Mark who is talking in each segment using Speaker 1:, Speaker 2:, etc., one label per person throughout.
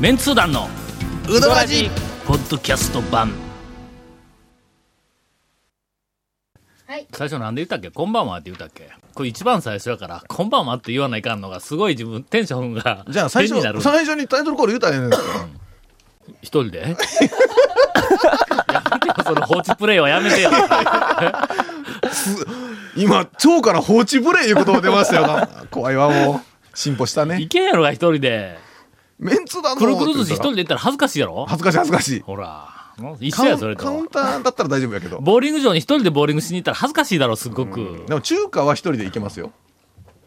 Speaker 1: メンツー団の
Speaker 2: うどらじ
Speaker 1: ポッドキャスト版
Speaker 3: はい。
Speaker 1: 最初なんで言ったっけこんばんはって言ったっけこれ一番最初やから、こんばんはって言わないかんのが、すごい自分、テンションが、
Speaker 2: じゃあ最
Speaker 1: 変になる
Speaker 2: 初、。最初にタイトルコール言うたらええねんですよ
Speaker 1: 一人で やめてよ、その放置プレイはやめてよ。
Speaker 2: 今、腸から放置ブレイいう言葉出ましたよな。怖いわ、もう。進歩したね
Speaker 1: い。けんやろが一人で。
Speaker 2: メンツだの
Speaker 1: くるくる寿司一人
Speaker 2: って
Speaker 1: で行ったら恥ずかしいやろ
Speaker 2: 言ったら恥ずかしい恥ずかしい。
Speaker 1: ほら。一緒
Speaker 2: カ
Speaker 1: や、そ
Speaker 2: ウ
Speaker 1: れ
Speaker 2: ンカウ
Speaker 1: と
Speaker 2: ン。ターだったら大丈夫やけど。
Speaker 1: ボーリング場に一人でボーリングしに行ったら恥ずかしいだろ、すっごく。
Speaker 2: でも中華は一人で行けますよ。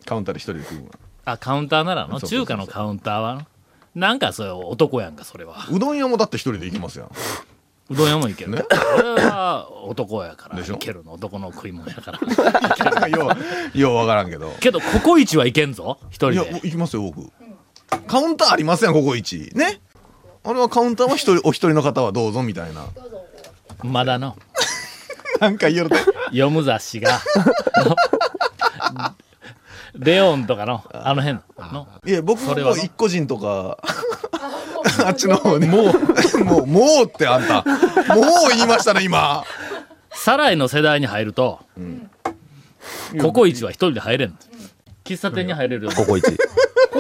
Speaker 2: カウンターで一人で食うのは
Speaker 1: あ、カウンターならの
Speaker 2: そうそうそ
Speaker 1: 中
Speaker 2: う
Speaker 1: 華のカウンターはななんかそれ男やんか、それは。
Speaker 2: うどん屋もだって一人で行けますやん。
Speaker 1: うどん屋もいける。
Speaker 2: ね
Speaker 1: 俺は男やから。
Speaker 2: でしょ
Speaker 1: いけるの、男の食い物やから。
Speaker 2: よう、ようわからんけど。
Speaker 1: けど、ココイチはいけんぞ、一人
Speaker 2: いや、
Speaker 1: で。
Speaker 2: 行きますよ、僕。カウンターありますやん、ここ一。ね。あれはカウンターは一人、お一人の方はどうぞみたいな。
Speaker 1: まだの、
Speaker 2: なんか言えると。
Speaker 1: 読む雑誌が。 のレオンとかの、あの辺の。
Speaker 2: いや、僕
Speaker 1: そ
Speaker 2: も
Speaker 1: れ
Speaker 2: も
Speaker 1: は
Speaker 2: う
Speaker 1: な
Speaker 2: 一個人とか、あっちの方ね。もう、 もう、もうってあんた。もう言いましたね、今。
Speaker 1: サライの世代に入ると、ココイチは一人で入れんの。喫茶店に入れるよ。
Speaker 4: ココイチ。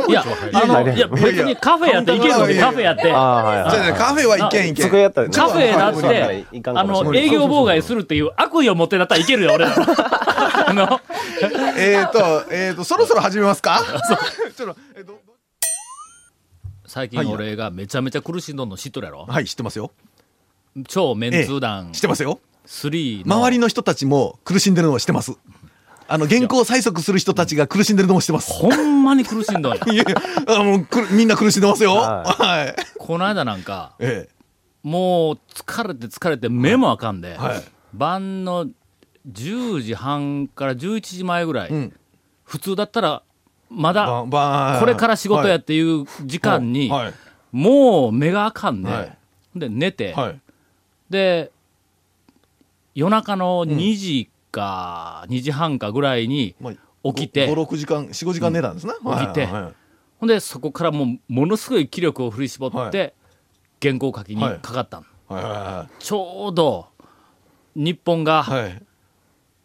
Speaker 1: いや、あの、い
Speaker 4: い
Speaker 1: や、
Speaker 4: や
Speaker 1: 別にカフェやっていけるの
Speaker 2: いやいや
Speaker 1: カフェやって。
Speaker 4: ああ、はい
Speaker 2: じゃあ
Speaker 4: はい
Speaker 2: ね、カフェは行けん行けん。
Speaker 4: 机やったらね
Speaker 1: カフェだっ
Speaker 4: ちょっとはい
Speaker 1: て
Speaker 4: い、かん
Speaker 1: あ
Speaker 4: かもしれない
Speaker 1: の、営業妨害するっていう悪意を持ってなったらいけるよ、俺ら。 あの、
Speaker 2: えーと、えーと、そろそろ始めますかちょっと、えーと、
Speaker 1: 最近俺がめちゃめちゃ苦しんどんの知っとるやろ
Speaker 2: はい、知ってますよ。
Speaker 1: 超メンツー団
Speaker 2: 知ってますよ。
Speaker 1: 3の
Speaker 2: 周りの人たちも苦しんでるのを知ってます。あの、原稿催促する人たちが苦しんでるのも知ってます。
Speaker 1: ほんまに苦しんどんや
Speaker 2: いやいや、あもうくる、みんな苦しんでますよ。
Speaker 4: は
Speaker 2: はい。
Speaker 1: この間なんか
Speaker 2: え
Speaker 1: もう疲れて疲れて目もあかんで、
Speaker 2: はい
Speaker 1: 晩の10時半から11時前ぐらい、
Speaker 2: え。うん。
Speaker 1: 普通だったらまだ
Speaker 2: ばば
Speaker 1: これから仕事やっていう時間に、
Speaker 2: はい。
Speaker 1: もう目があかんで、
Speaker 2: はい
Speaker 1: で寝て、
Speaker 2: はい。
Speaker 1: で夜中の2時か2時半かぐらいに、
Speaker 2: まあ
Speaker 1: 起きて
Speaker 2: 5、6時間、4、5時間寝たんですね。はい
Speaker 1: 起きて
Speaker 2: は
Speaker 1: ほんで、そこからもう、ものすごい気力を振り絞って、原稿書きにかかったの、
Speaker 2: いはいは
Speaker 1: ちょうど、日本
Speaker 2: いは
Speaker 1: が
Speaker 2: い。はい。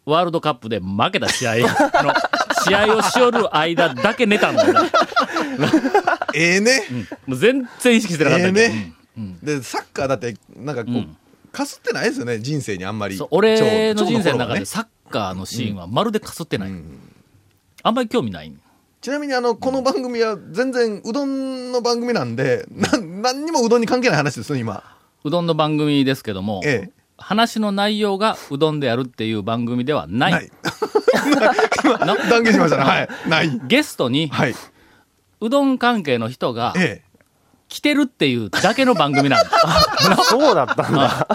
Speaker 1: ワールドカップで負けた試合、あの、 試合をしよる間だけ寝たんだよ、 俺
Speaker 2: ええね。
Speaker 1: もう全然意識してなかった
Speaker 2: ええ
Speaker 1: けど、
Speaker 2: ね。で、サッカーだって、なんかこう、かすってないですよね、人生にあんま
Speaker 1: う
Speaker 2: り。
Speaker 1: んそう俺の
Speaker 2: 蝶
Speaker 1: 人生の
Speaker 2: 頃
Speaker 1: 中
Speaker 2: は
Speaker 1: で
Speaker 2: ね
Speaker 1: サッカーのシーンはまるでかすってない。あんまり興味ない。
Speaker 2: ちなみに、あの、この番組は全然うどんの番組なんで、なん、何にもうどんに関係ない話ですよ、今。
Speaker 1: うどんの番組ですけども、
Speaker 2: ええ。
Speaker 1: 話の内容がうどんでやるっていう番組ではない。
Speaker 2: ない。今断言しましたね。はい。ない。
Speaker 1: ゲストに
Speaker 2: はい。
Speaker 1: うどん関係の人が、
Speaker 2: ええ。
Speaker 1: 来てるっていうだけの番組なんだ。
Speaker 4: そうだったんだ。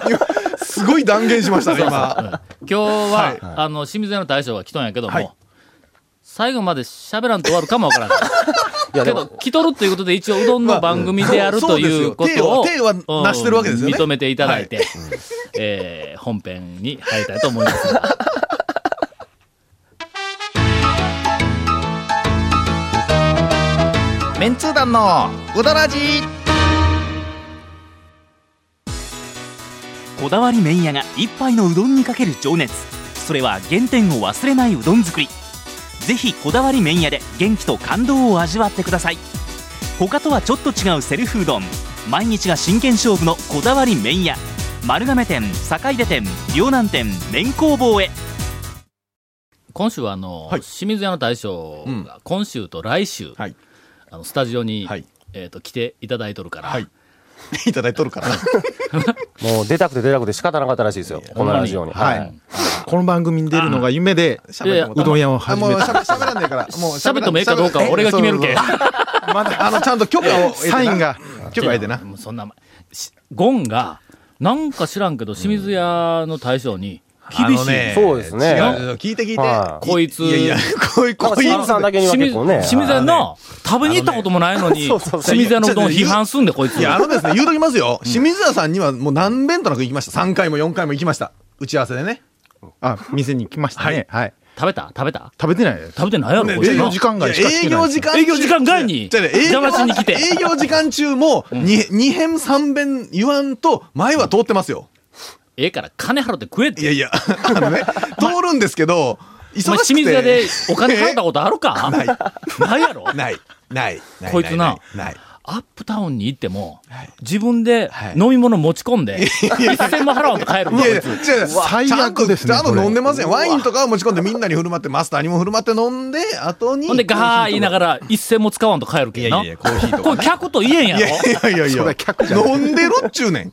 Speaker 2: すごい断言しましたね、今。
Speaker 1: 今日は、
Speaker 2: はい
Speaker 1: あの、清水屋の大将が来とんやけども、
Speaker 2: はい
Speaker 1: 最後まで喋らんと終わるかもわ からんから。
Speaker 4: いや、
Speaker 1: け
Speaker 4: で
Speaker 1: ど
Speaker 4: も、、
Speaker 1: 来とるっていうことで一応うどんの番組でやる
Speaker 2: まあ
Speaker 1: と
Speaker 2: うんそう
Speaker 1: いうこ
Speaker 2: そうです
Speaker 1: と
Speaker 2: よ
Speaker 1: を、
Speaker 2: 手は手はなしてるわけですよね
Speaker 1: うん認めていただいて、えー本編に入りたいと思いますが。
Speaker 2: メンツー団のうどらじ
Speaker 5: こだわり麺屋が一杯のうどんにかける情熱それは原点を忘れないうどん作りぜひこだわり麺屋で元気と感動を味わってください他とはちょっと違うセルフうどん毎日が真剣勝負のこだわり麺屋丸亀店坂出店両南店麺工房へ
Speaker 1: 今週はあの、
Speaker 2: はい
Speaker 1: 清水屋の大将
Speaker 2: うん
Speaker 1: が今週と来週、
Speaker 2: はい。
Speaker 1: あのスタジオに、
Speaker 2: はい
Speaker 1: えっ、と、来ていただいとるから、
Speaker 2: はい。いただいとるから。
Speaker 4: もう出たくて出たくて仕方なかったらしいですよ。このラジオに。
Speaker 1: は
Speaker 4: はいい。
Speaker 6: この番組に出るのが夢で、
Speaker 1: いやいや
Speaker 6: うどん屋を始
Speaker 2: もう
Speaker 6: めた。
Speaker 2: 喋喋らんね えから。もう
Speaker 1: 喋ってもええかどうかは俺が決めるけ。
Speaker 2: まだ、あの、ちゃんと許可を得てな。
Speaker 6: サインが。
Speaker 2: 許可を得てな。
Speaker 1: もうそんな、しゴンが、なんか知らんけど、清水屋の大将に、厳し
Speaker 2: あの
Speaker 1: い。
Speaker 2: ね
Speaker 4: そうですね
Speaker 2: 違う聞いて聞いて
Speaker 4: は。い
Speaker 1: こいつ
Speaker 2: いやいや、こい、
Speaker 4: なん
Speaker 2: こ
Speaker 4: か、
Speaker 2: い
Speaker 4: シンさんだけには
Speaker 1: 清水
Speaker 4: 結構ね。
Speaker 1: 清水屋の、食べに行ったこともないのに、
Speaker 4: そうそうそう
Speaker 1: 清水屋のうどんを批判すんで、こいつ。
Speaker 2: いや、あのですね、言うときますよ。清水屋さんにはもう何遍となく行きました。3回も4回も行きました。打ち合わせでね。
Speaker 6: あ、店に来ましたね。はい。
Speaker 1: 食べた食べた
Speaker 6: 食べてないです
Speaker 1: 食べてないやろ、こいつ
Speaker 6: 営
Speaker 1: な
Speaker 6: 業時間外しか
Speaker 2: 営
Speaker 6: 来てない
Speaker 2: 業時間中
Speaker 1: 営業時間外に
Speaker 2: じゃあね営業
Speaker 1: 邪魔しに来て
Speaker 2: 営業時間中も2、二編3編言わんと前は通ってますよ。
Speaker 1: ええから金払って食えっ
Speaker 2: い
Speaker 1: て
Speaker 2: やいや、あのね、通るんですけど、忙
Speaker 1: お
Speaker 2: し
Speaker 1: 前
Speaker 2: くて。
Speaker 1: 清水屋でお金払ったことある かないやろ
Speaker 2: ない、ない、ない。
Speaker 1: こいつな
Speaker 2: ない。ない
Speaker 1: アップタウンに行っても
Speaker 2: はい、
Speaker 1: 自分で
Speaker 2: はい
Speaker 1: 飲み物持ち込んで、一銭も払わんと帰るん
Speaker 2: い
Speaker 1: だ
Speaker 2: や
Speaker 1: よ、
Speaker 2: いや、
Speaker 1: こいつ
Speaker 2: 違う
Speaker 6: 最悪
Speaker 2: ちゃんと
Speaker 6: ですね
Speaker 2: ちゃん
Speaker 6: ことれ
Speaker 2: 飲んでません。ワインとかは持ち込んでみんなに振る舞って、マスターにも振る舞って飲んで、後に。
Speaker 1: ほんで、ガー言いながら、一銭も使わんと帰る
Speaker 2: い
Speaker 1: け
Speaker 2: やい
Speaker 1: どな
Speaker 2: やい。や、コーヒーと
Speaker 1: こ
Speaker 2: か
Speaker 1: れ、。客と言えんや
Speaker 2: いやい
Speaker 1: ろ
Speaker 2: やいやい
Speaker 6: そり
Speaker 2: や
Speaker 6: ゃ客じゃん
Speaker 2: 飲んでろっちゅうねん。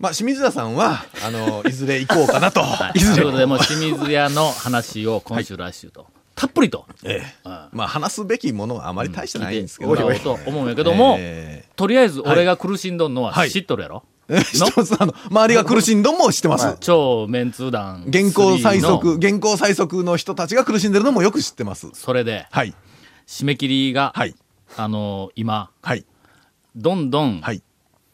Speaker 2: まあ、清水田さんは、あの、いずれ行こうかなと。
Speaker 1: はいということで、もう清水屋の話を今週来週と、たっぷりと、
Speaker 2: ええまあ、話すべきものはあまり大してないんですけど。
Speaker 1: 聞いてもらおう と思うんやけども、
Speaker 2: ええ
Speaker 1: とりあえず俺が苦しんどんのは知っとるやろ、
Speaker 2: え知ってますあの、周りが苦しんどんも知ってます。
Speaker 1: 超メンツー団
Speaker 2: 現行最
Speaker 1: 3の
Speaker 2: 速、現行最速の人たちが苦しんでるのもよく知ってます。
Speaker 1: それで
Speaker 2: はい。
Speaker 1: 締め切りが、
Speaker 2: はい。
Speaker 1: あの今
Speaker 2: はい。
Speaker 1: どんどん、
Speaker 2: はい。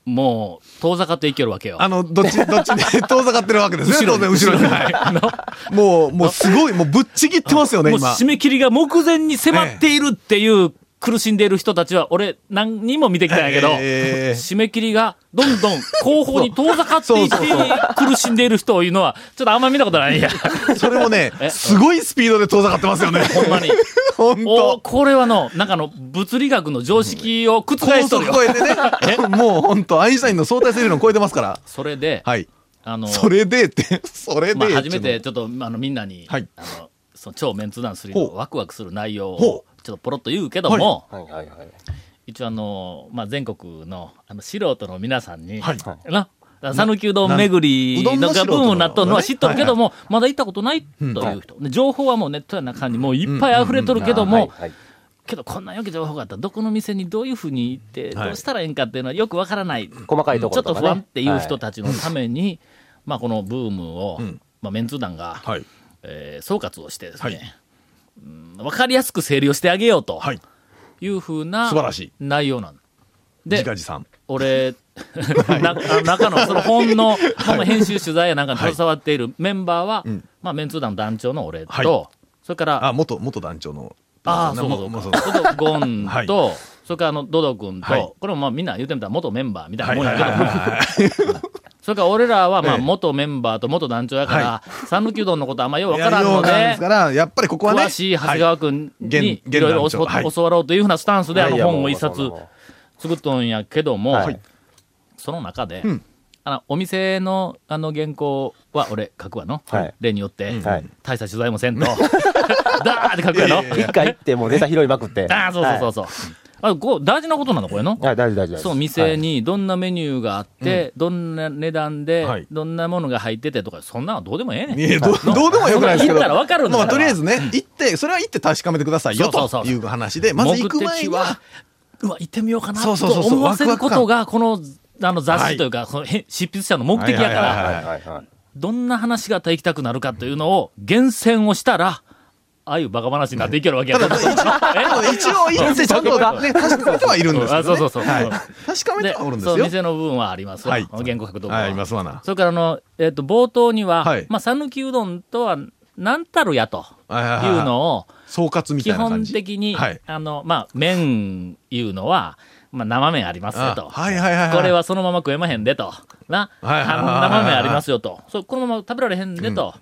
Speaker 1: もう遠ざかっていけるわけよ
Speaker 2: あの、どっち、 どっちに遠ざかってるわけですね。
Speaker 1: 後ろ
Speaker 2: 当
Speaker 1: に
Speaker 2: 然、後ろに。はいもう、もうすごい、もうぶっちぎってますよね、
Speaker 1: もう
Speaker 2: 今。
Speaker 1: 締め切りが目前に迫っているっていう苦しんでいる人たちは俺何人も見てきたんやけど、
Speaker 2: ええ
Speaker 1: 締め切りがどんどん後方に遠ざかっていって
Speaker 2: そうそうそう
Speaker 1: 苦しんでいる人をいうのはちょっとあんま見たことないんや
Speaker 2: それもね
Speaker 1: え、
Speaker 2: すごいスピードで遠ざかってますよね。
Speaker 1: ほんまに。
Speaker 2: 本
Speaker 1: お
Speaker 2: 当。
Speaker 1: これはの、なんかあの、物理学の常識を覆
Speaker 2: 高
Speaker 1: しとる
Speaker 2: 速
Speaker 1: よ
Speaker 2: 超。えてね。もう本当、アインシュタインの相対性理論超えてますから。
Speaker 1: それで、
Speaker 2: はい。
Speaker 1: あの、
Speaker 2: それでって、それで。
Speaker 1: まあ、初めて。ちょっと、あの、みんなに、
Speaker 2: はい
Speaker 1: あの、その超メンツー団3の
Speaker 2: ほう
Speaker 1: ワクワクする内容を、ちょ
Speaker 2: ほ
Speaker 1: っとポロッと言うけども、
Speaker 4: はいはいはい。
Speaker 1: 一応あの、まあ、全国の、あの、素人の皆さんに、
Speaker 2: はい。
Speaker 1: な、讃岐うどん巡り
Speaker 2: な
Speaker 1: の
Speaker 2: うどんの
Speaker 1: が
Speaker 2: 素
Speaker 1: ブ
Speaker 2: 人
Speaker 1: ー
Speaker 2: の
Speaker 1: ムになっとるのは知っとるけども、まだ行ったことないという
Speaker 4: は
Speaker 1: 人。で情報はもうネットや中にもういっぱい溢れとるけども、
Speaker 4: あーはいはい
Speaker 1: けどこんなよき情報があったらどこの店にどういうふうに行って
Speaker 2: はい
Speaker 1: どうしたらええんかっていうのはよくわからない、
Speaker 4: 細かいところ
Speaker 1: ちょ
Speaker 4: と
Speaker 1: っと
Speaker 4: かね
Speaker 1: 不安っていう人たちのために、まあ、このブームを、
Speaker 2: うん
Speaker 1: まあ、メンツー団が、
Speaker 2: はい。
Speaker 1: えー総括をしてです
Speaker 2: はい
Speaker 1: ね、うん、わかりやすく整理をしてあげようと
Speaker 2: はい。
Speaker 1: いうふうな
Speaker 2: 素晴らしい
Speaker 1: 内容なん
Speaker 2: じ
Speaker 1: で
Speaker 2: かじさん。
Speaker 1: 俺、なあの中のその本の本の編集取材やなんかに携わっているメンバーは、
Speaker 2: うん
Speaker 1: まあ、メンツー団の団長の俺と、
Speaker 2: はい
Speaker 1: それから
Speaker 2: あ、元、元団長の。
Speaker 1: ああ、そうか
Speaker 2: も
Speaker 1: そう
Speaker 2: も
Speaker 1: か。
Speaker 2: う
Speaker 1: そ
Speaker 2: そうう
Speaker 1: そうゴン
Speaker 2: はい
Speaker 1: と、それからあの、ドド君と、
Speaker 2: はい
Speaker 1: これもまあみんな言うてみたら元メンバーみたいないも
Speaker 2: は
Speaker 1: ん
Speaker 2: は
Speaker 1: や
Speaker 2: い
Speaker 1: け
Speaker 2: はい
Speaker 1: ど、
Speaker 2: はい。
Speaker 1: それから俺らはまあ
Speaker 2: ええ
Speaker 1: 元メンバーと元団長やから、讃岐うどんのことあんまようわか
Speaker 2: や
Speaker 1: らん
Speaker 2: よ
Speaker 1: の
Speaker 2: うなんで、
Speaker 1: です
Speaker 2: から、やっぱりここはね。
Speaker 1: 詳しい長谷川君
Speaker 2: はい
Speaker 1: に
Speaker 2: 現
Speaker 1: いろいろ教
Speaker 2: 現団長はい
Speaker 1: 教わろうというふうなスタンスであの
Speaker 4: いやいや
Speaker 1: 本を一
Speaker 4: も
Speaker 1: 冊
Speaker 4: うもうも
Speaker 1: 作っとんやけども、
Speaker 4: はい
Speaker 1: その中で、
Speaker 2: うん
Speaker 1: あのお店のあの原稿は俺書くわの、
Speaker 4: はい
Speaker 1: 例によって、
Speaker 4: うはい。
Speaker 1: 大した取材もせんと、 ダーって書くやろ。
Speaker 2: いやいやいや
Speaker 4: 一回行ってもうネタ拾いまくって。
Speaker 1: ああ、そうそうそうそう。あこう大事なことなの、これの。
Speaker 4: はい。はい、大事大事大事。
Speaker 1: そう、
Speaker 4: は
Speaker 1: 店
Speaker 4: い。
Speaker 1: にどんなメニューがあって、どんな値段で、
Speaker 2: はい
Speaker 1: どんなものが入っててとか、そんなのどうでもええねん。
Speaker 2: いやどうどうでもよくないですけ
Speaker 1: 行
Speaker 2: ど。
Speaker 1: ったらわかるんだか
Speaker 2: まあ、
Speaker 1: ら
Speaker 2: とりあえずね、行って、それは行って確かめてくださいよ
Speaker 1: そうそうそ
Speaker 2: と
Speaker 1: う
Speaker 2: いう話で、まず行く前
Speaker 1: 目的
Speaker 2: には、、
Speaker 1: うわ、行ってみようかなと
Speaker 2: そうそうそうそう
Speaker 1: 思わせることが、この、あの雑
Speaker 2: は
Speaker 1: 誌
Speaker 2: い
Speaker 1: というか、そのへ執筆者の目的やか
Speaker 2: はいはい
Speaker 1: ら、
Speaker 4: はいはいはい。
Speaker 1: どんな話があったら行きたくなるかというのを厳選をしたら、ああいうバカ話になっていけるわけや
Speaker 2: ただね
Speaker 1: え
Speaker 2: 一応行ってちゃんとね、確かめてはいるんです
Speaker 1: あ
Speaker 2: よ。
Speaker 1: そうそうそう。
Speaker 2: 確かめ
Speaker 1: で
Speaker 2: てはおるん、です
Speaker 1: そう、
Speaker 2: よ。
Speaker 1: 店の部分はありますわ。
Speaker 2: はい
Speaker 1: 原稿書くとこ
Speaker 2: はい、
Speaker 1: は。
Speaker 2: いますわな。
Speaker 1: それからあの、えっ、と、冒頭には、
Speaker 2: はい
Speaker 1: まあ、讃岐うどんとは何たるやと
Speaker 2: はい
Speaker 1: い
Speaker 2: は
Speaker 1: う
Speaker 2: を。
Speaker 1: のを、
Speaker 2: 総括みた
Speaker 1: 基
Speaker 2: いな
Speaker 1: 本
Speaker 2: 感じ。
Speaker 1: 的に、
Speaker 2: はい
Speaker 1: あの、まあ、麺いうのは、まあ、生麺ありますよと。
Speaker 2: あはいはいはいはい
Speaker 1: これはそのまま食えまへんでと。な、
Speaker 2: はいはいはいはい
Speaker 1: あの生麺ありますよと。そうこのまま食べられへんでと。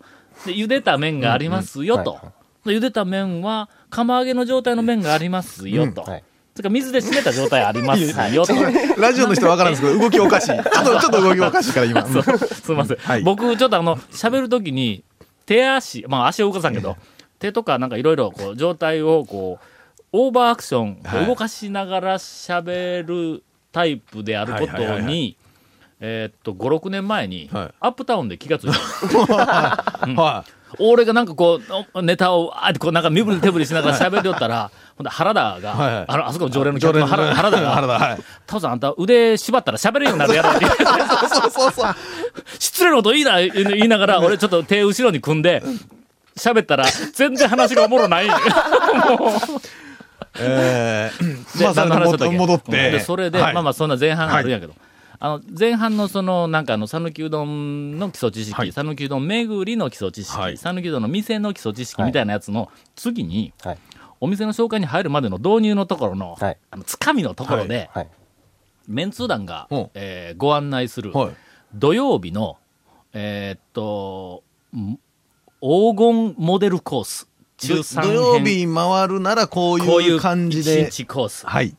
Speaker 1: で、茹でた麺がありますよと。
Speaker 4: うんうんは
Speaker 1: で茹でた麺は、釜揚げの状態の麺がありますよと。
Speaker 4: はい
Speaker 1: それから水で締めた状態ありますよ と。
Speaker 2: ラジオの人はわかるんですけど、動きおかしい。ちょっと、ちょっと動きおかしいから今。うん
Speaker 1: そうすみません、
Speaker 2: はい
Speaker 1: 僕、ちょっとあの、喋るときに、手足、まあ足を動かさんけど、手とかなんかいろいろこう、状態をこう、オーバーアクション、こう
Speaker 2: はい
Speaker 1: 動かしながら喋るタイプであるこ
Speaker 2: はいはい
Speaker 1: と
Speaker 2: はいは
Speaker 1: に、えーっと、5、6年前に、
Speaker 2: はい
Speaker 1: アップタウンで気がついた。
Speaker 2: は
Speaker 1: 俺がなんかこう、おネタを、あーってこう、なんか身振り手振りしながら喋りよった ら、ほんで原田が、
Speaker 2: はいはい
Speaker 1: あのあそこの常連の
Speaker 2: い。常
Speaker 1: 客
Speaker 2: 連
Speaker 1: の
Speaker 2: の
Speaker 1: 原原田
Speaker 2: 原
Speaker 1: が、
Speaker 2: 田、はい。
Speaker 1: タオさんあんた腕縛ったら喋れるようになるやろって言って
Speaker 2: そうそうそう。
Speaker 1: 失礼なこと言いな、言いながら、俺ちょっと手後ろに組んで、喋ったら、全然話がおもろ ない。
Speaker 2: えー
Speaker 1: で
Speaker 2: まあ、そ
Speaker 1: 何
Speaker 2: れで
Speaker 1: の話だ
Speaker 2: も
Speaker 1: ったっけ
Speaker 2: 戻っ
Speaker 1: うんで
Speaker 2: て。
Speaker 1: それで、
Speaker 2: はい
Speaker 1: まあまあ、そんな前半あるんやけど、あの前半のそのなんかあの讃岐うどんの基礎知
Speaker 2: はい
Speaker 1: 識讃岐、うどん巡りの基礎知識
Speaker 2: はい
Speaker 1: 讃岐、うどんの店の基礎知識
Speaker 4: はい
Speaker 1: みたいなやつの次に、
Speaker 4: はい
Speaker 1: お店の紹介に入るまでの導入のところの,、
Speaker 4: はい
Speaker 1: あのつかみのところで、
Speaker 4: はい。
Speaker 1: メンツー団が、
Speaker 2: うん
Speaker 1: えーご案内する、
Speaker 2: はい。
Speaker 1: 土曜日の、えーっと、ん黄金モデルコース、中3
Speaker 2: 土
Speaker 1: 編
Speaker 2: 曜日回るならこう
Speaker 1: こう
Speaker 2: い
Speaker 1: いう
Speaker 2: う感じで。
Speaker 1: 1日コース。
Speaker 2: はい。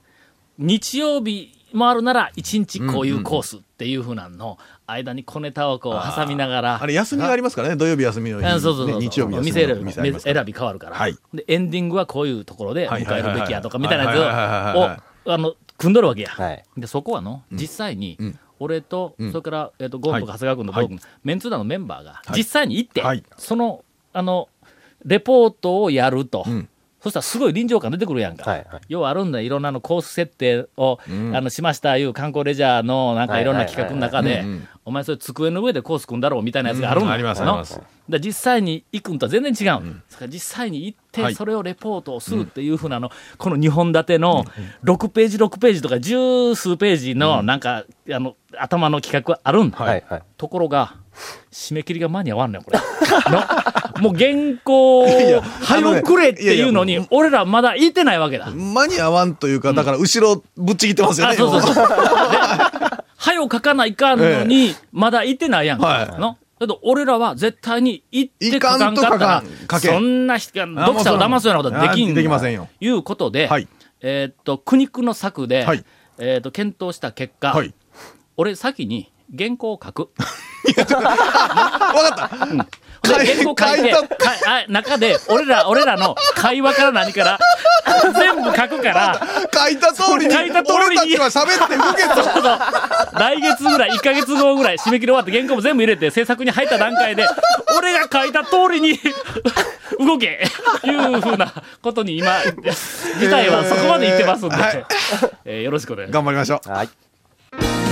Speaker 1: 日曜日もあるなら、1日こういうコースっていうふうなのの間に小ネタをこう挟みながら、
Speaker 2: あれ休みがありますからね、土曜日休みの日。
Speaker 1: あそうそうそう、
Speaker 2: ね日曜日休みの
Speaker 1: 店選び
Speaker 2: 日店ありますから
Speaker 1: 選び変わるから、
Speaker 2: はい
Speaker 1: でエンディングはこういうところで迎えるべきやとかみ
Speaker 2: はい
Speaker 1: た
Speaker 2: はいい
Speaker 1: な
Speaker 2: はいはいはいはいはいはいはいはい
Speaker 1: やつをおあの組んどるわけや、
Speaker 4: はい
Speaker 1: でそこはの実際に、
Speaker 2: うん
Speaker 1: 俺と、
Speaker 2: うん
Speaker 1: それから、えっとゴンとか長谷川君と僕、
Speaker 2: は
Speaker 1: メンツー団のメンバーが
Speaker 2: はい
Speaker 1: 実際に行って、
Speaker 2: はい
Speaker 1: そのあのレポートをやると、
Speaker 2: うん
Speaker 1: そしたらすごい臨場感出てくるやんか、
Speaker 4: はいはい
Speaker 1: 要はあるんだいろんなあのコース設定を、
Speaker 2: ん
Speaker 1: あのしましたいう観光レジャーのなんかいろんな
Speaker 4: はいはい
Speaker 1: 企
Speaker 4: はい
Speaker 1: 画の中で、
Speaker 2: うんうん
Speaker 1: お前それ机の上でコース組んだろうみたいなやつがあるんだ、
Speaker 2: うんありますあります
Speaker 1: のだ実際に行くんとは全然違う、だから実際に行っ
Speaker 2: は
Speaker 1: て、
Speaker 2: い
Speaker 1: それをレポートをするっていうふうなの、この2本立ての6ページ、6ページとか、十数ページのなんか、あの頭の企画はあるんだ、
Speaker 4: はいはい。
Speaker 1: ところが、締め切りが間に合わんねん、これ。 のもう原稿を早くれっていうの
Speaker 2: いやいや
Speaker 1: に、俺らまだ言ってないわけだ。
Speaker 2: 間に合わんというか、だから後ろぶっちぎってますよ
Speaker 1: あ、
Speaker 2: ね。
Speaker 1: そうそう
Speaker 2: 今
Speaker 1: そう。で、 はよ書かないかんのに、まだ行ってないやんか。
Speaker 2: はい
Speaker 1: のだけど俺らは絶対に行って書かんかった
Speaker 2: 行からんと書、かん書け
Speaker 1: そ
Speaker 2: ん
Speaker 1: んな人が読者を騙すようなことはできん。
Speaker 2: できませんよ。
Speaker 1: いうことで、
Speaker 2: はい
Speaker 1: えーっと、苦肉の策で、
Speaker 2: はい
Speaker 1: えーっと、検討した結果、
Speaker 2: はい。
Speaker 1: 俺先に原稿を書く。
Speaker 2: わかった
Speaker 1: で
Speaker 2: 書い
Speaker 1: 原稿書いて、
Speaker 2: 書
Speaker 1: かあ中で、俺ら、俺らの会話から何から、全部書くから、
Speaker 2: 書いた通りに、
Speaker 1: 書いた通りに
Speaker 2: 俺たちは喋って受けた。
Speaker 1: そうそう来月ぐらい、1ヶ月後ぐらい、締め切り終わって原稿も全部入れて、制作に入った段 階で、俺が書いた通りに、 動けいうふうなことに今、事態はそこまでいってますんで、え
Speaker 2: えーはい
Speaker 1: ーよろしくお願いします。
Speaker 2: 頑張りましょう。
Speaker 4: はい。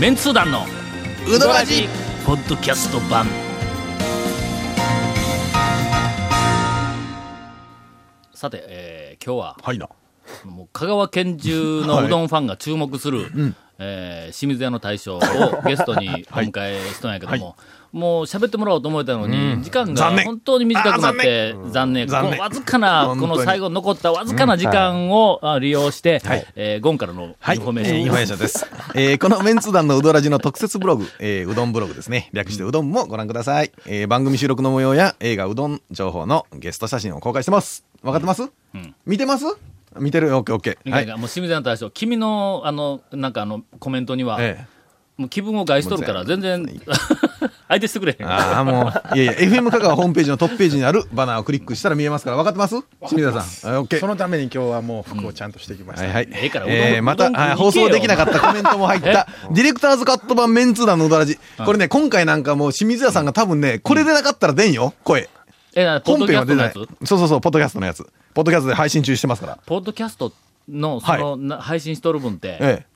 Speaker 1: メンツー団の
Speaker 2: うどらじ。
Speaker 1: ポッドキャスト版さて、えー今日は
Speaker 2: はいな。
Speaker 1: もう香川県中 のうどんファンが注目する、えー清水屋の大将をゲストにお迎えしたんやけども、もう喋ってもらおうと思えたのに、時間が
Speaker 2: 残念
Speaker 1: 本当に短くなって、残念。
Speaker 2: 残念
Speaker 1: このわずかな、こ
Speaker 2: 本当に
Speaker 1: の最後残ったわずかな時間をあ利用して、
Speaker 2: はい
Speaker 1: えーゴンからのイン
Speaker 2: はい、
Speaker 1: フォメーション、
Speaker 2: えーインフォメーションです。えーこのメンツ団のうどらじの特設ブログ、えーうどんブログですね。略してうどんもご覧ください。えー番組収録の模様や映画うどん情報のゲスト写真を公開してます。わかってます、見てます見てるオッケーオッケー。
Speaker 1: な
Speaker 2: は
Speaker 1: ん
Speaker 2: い
Speaker 1: か。もう清水屋の大将、君の、あの、なんかあの、コメントには、
Speaker 2: え
Speaker 1: もう気分を害しとるから、全然、 相手してくれへ
Speaker 2: え
Speaker 1: ん。
Speaker 2: ああ、もう、いやいや、FM 香川ホームページのトップページにあるバナーをクリックしたら見えますから、わかってます清水田さん。あオッケー
Speaker 6: そのために今日はもう服をちゃんとしてきました。
Speaker 2: はいはい。
Speaker 1: ええからうどん
Speaker 2: えーまた、
Speaker 1: うどん食いに
Speaker 2: あ
Speaker 1: 行
Speaker 2: 放
Speaker 1: けよ
Speaker 2: 送できなかったコメントも入った、ディレクターズカット版メンツー団のうどらじ。これね、今回なんかもう清水屋さんが多分ね、これでなかったら出んよ、声。
Speaker 1: え、なポッ
Speaker 2: 本
Speaker 1: ドキ
Speaker 2: 編
Speaker 1: ャ
Speaker 2: は
Speaker 1: ストの
Speaker 2: 出な
Speaker 1: や
Speaker 2: い。そ
Speaker 1: つ
Speaker 2: うそうそう、ポッドキャストのやつ。ポッドキャストで配信中してますから。
Speaker 1: ポッドキャストの、その、な配信しとる分って、
Speaker 2: え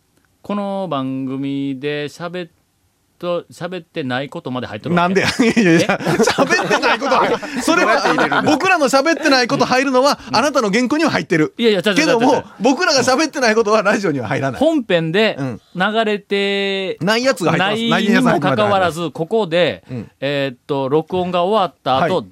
Speaker 1: この番組で喋っと、喋ってないことまで入っ
Speaker 2: え。
Speaker 1: てるわけ
Speaker 2: なんでや、いやいやいや、喋ってないことは、それは、僕らの喋ってないこと入るのは、あなたの原稿には入ってる。
Speaker 1: いやいや、ちゃうちゃ
Speaker 2: け
Speaker 1: うちゃ
Speaker 2: ど
Speaker 1: うちゃう
Speaker 2: も、僕らが喋ってないことはラジオには入らない。
Speaker 1: 本編で
Speaker 2: うん
Speaker 1: 流れて、
Speaker 2: ないやつが入って
Speaker 1: な
Speaker 2: ます。
Speaker 1: いにもかかわら
Speaker 2: ず。
Speaker 1: ず、ここで、
Speaker 2: ん
Speaker 1: えーっと、録音が終わった後、
Speaker 2: は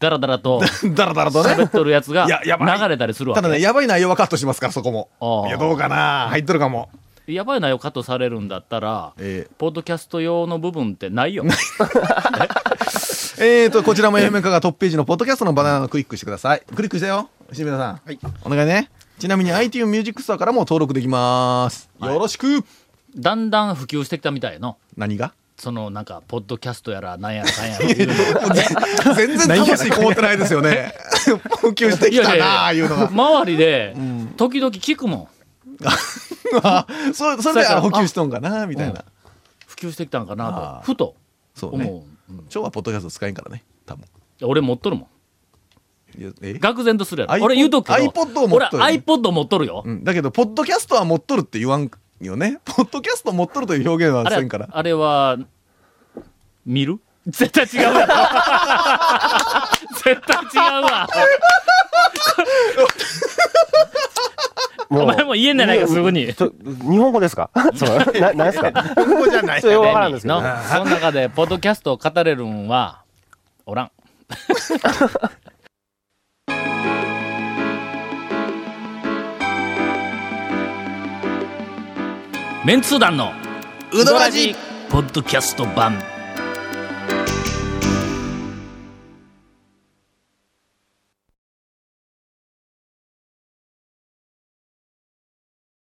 Speaker 1: だらだら と
Speaker 2: だらだらとね
Speaker 1: 喋。っとるやつが
Speaker 2: いややばい
Speaker 1: 流れたりするわけ。
Speaker 2: ただね、やばい内容はカットしますから、そこも
Speaker 1: あ。あ
Speaker 2: いや、どうかな入っとるかも。
Speaker 1: やばい内容カットされるんだったら、
Speaker 2: え
Speaker 1: ポッドキャスト用の部分ってないよ。
Speaker 2: ー、えーと、こちらも FM カがトップページのポッドキャストのバナーをクリックしてください。クリックしたよ。清水さん。はい。お願いね。ちなみに iTunes Music Store からも登録できます。よろしく
Speaker 1: だんだん普及してきたみたいの。
Speaker 2: 何が
Speaker 1: そのなんか、ポッドキャストやら、なんやら、なんやらいう のが。
Speaker 2: 全然魂こもってないですよね。普及してきたなあいうのが。
Speaker 1: 周りで、時々聞くもん。
Speaker 2: そそれで、
Speaker 1: そうやから
Speaker 2: あ普及しとんかなみたいな。
Speaker 1: 普及してきたんかな
Speaker 2: あ
Speaker 1: と、
Speaker 2: ー
Speaker 1: ふと
Speaker 2: そう
Speaker 1: 思う。
Speaker 2: ね。
Speaker 1: うん
Speaker 2: 今日はポッドキャスト使えんからね。多分。
Speaker 1: 俺持っとるもん。
Speaker 2: いやえ
Speaker 1: 愕然とするやろ。
Speaker 2: iPod-
Speaker 1: 俺言うとくけど。
Speaker 2: iPod を持っとるよ
Speaker 1: 俺
Speaker 2: ね
Speaker 1: iPod 持っとるよ
Speaker 2: う。ん、だけど、ポッドキャストは持っとるって言わんよね。ポッドキャスト持っとるという表現は
Speaker 1: あ
Speaker 2: せ
Speaker 1: れ
Speaker 2: んから。
Speaker 1: あれは、見る 絶対違うわ 絶対違うわ
Speaker 4: も
Speaker 1: お前もう言えんじゃないかすぐに
Speaker 4: ちょ日本語ですか そのななんですか
Speaker 6: ここじゃない
Speaker 4: ちょっとよくわからんですけど
Speaker 1: の。その中で、ポッドキャストを語れるんは、おらん。メンツー団の
Speaker 2: うどらじ
Speaker 1: ポッドキャスト版